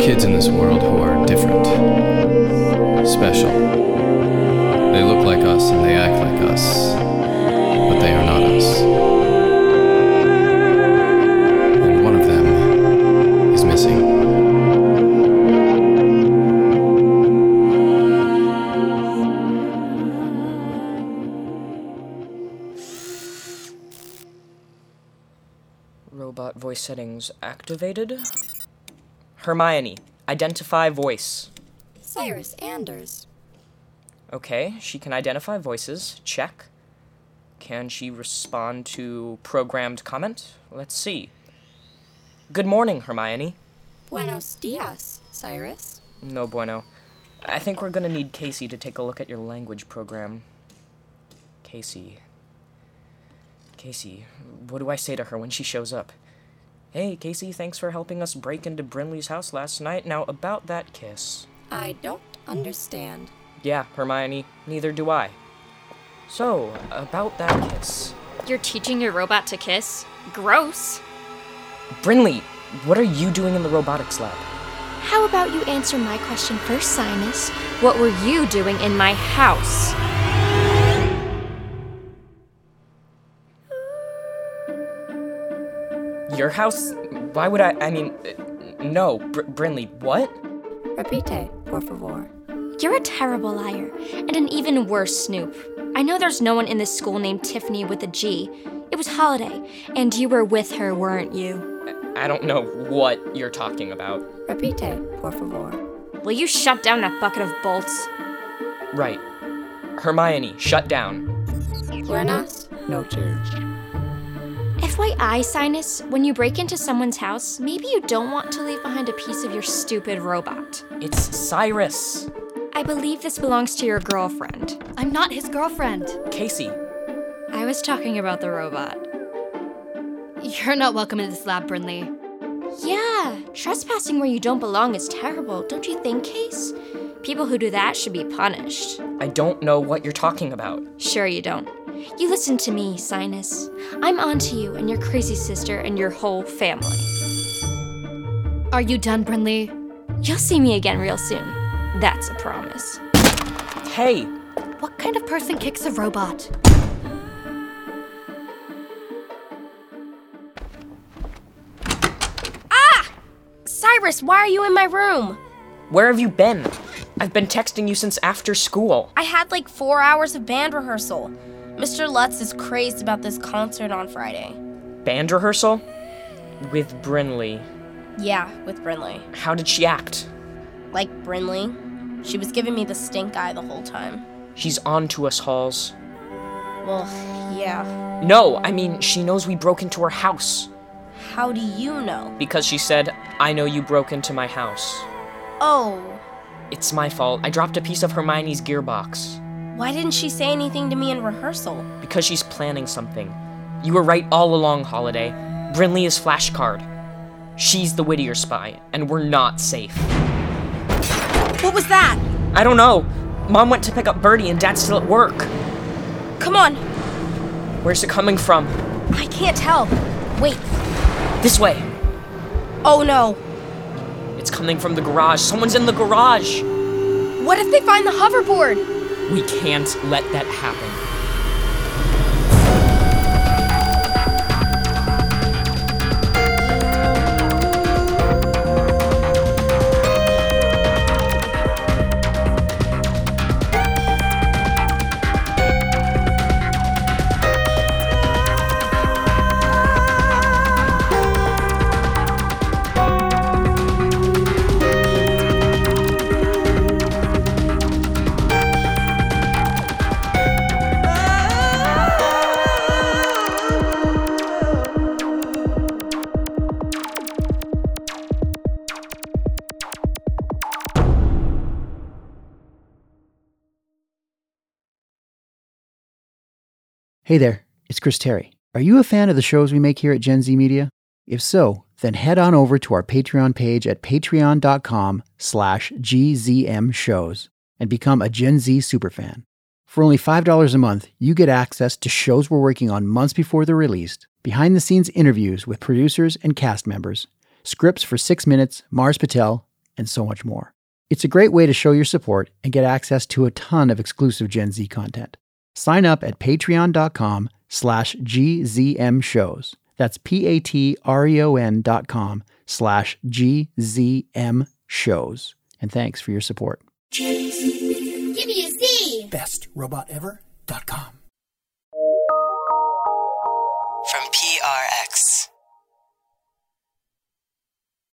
kids in this world who are different, special. They look like us and they act like us, but they are not us. And one of them is missing. Robot voice settings activated. Hermione, identify voice. Cyrus Anders. Okay, she can identify voices. Check. Can she respond to programmed comment? Let's see. Good morning, Hermione. Buenos dias, Cyrus. No bueno. I think we're gonna need Casey to take a look at your language program. Casey. Casey, what do I say to her when she shows up? Hey, Casey, thanks for helping us break into Brinley's house last night. Now, about that kiss. I don't understand. Yeah, Hermione, neither do I. So, about that kiss. You're teaching your robot to kiss? Gross. Brinley, what are you doing in the robotics lab? How about you answer my question first, Sinus? What were you doing in my house? Your house? Why would I? I mean, uh, no, Br- Brinley, what? Repite, por favor. You're a terrible liar, and an even worse snoop. I know there's no one in this school named Tiffany with a G. It was Holiday, and you were with her, weren't you? I don't know what you're talking about. Repite, por favor. Will you shut down that bucket of bolts? Right. Hermione, shut down. Buenas noches. FYI, Sinus, when you break into someone's house, maybe you don't want to leave behind a piece of your stupid robot. It's Cyrus. I believe this belongs to your girlfriend. I'm not his girlfriend. Casey, I was talking about the robot. You're not welcome in this lab, Brinley. Yeah, trespassing where you don't belong is terrible, don't you think, Case? People who do that should be punished. I don't know what you're talking about. Sure, you don't. You listen to me, Sinus. I'm onto you and your crazy sister and your whole family. Are you done, Brinley? You'll see me again real soon. That's a promise. Hey, What kind of person kicks a robot? Cyrus, why are you in my room? where have you been? I've been texting you since after school. I had like four hours of band rehearsal. Mr. Lutz is crazed about this concert on Friday. Band rehearsal? With Brinley. Yeah, with Brinley. How did she act? Like Brinley? She was giving me the stink eye the whole time. She's on to us, Halls. Well, yeah. No, I mean, she knows we broke into her house. How do you know? Because she said, I know you broke into my house. Oh, It's my fault. I dropped a piece of Hermione's gearbox. why didn't she say anything to me in rehearsal? Because she's planning something. You were right all along, Holiday. Brinley is flashcard. She's the Whittier spy, and we're not safe. What was that? I don't know. Mom went to pick up Birdie, and Dad's still at work. Come on, Where's it coming from? I can't tell. Wait. This way. Oh no. It's coming from the garage. Someone's in the garage. What if they find the hoverboard? We can't let that happen. Hey there, it's Chris Terry. Are you a fan of the shows we make here at Gen Z Media? If so, then head on over to our Patreon page at patreon.com slash gzm shows and become a Gen Z superfan. For only $5 a month, you get access to shows we're working on months before they're released, behind-the-scenes interviews with producers and cast members, scripts for 6 Minutes, Mars Patel, and so much more. It's a great way to show your support and get access to a ton of exclusive Gen Z content. Sign up at patreon.com slash GZM shows. That's P-A-T-R-E-O-N E dot com slash GZM shows. And thanks for your support. Give me a C. BestRobotEver.com. From PRX.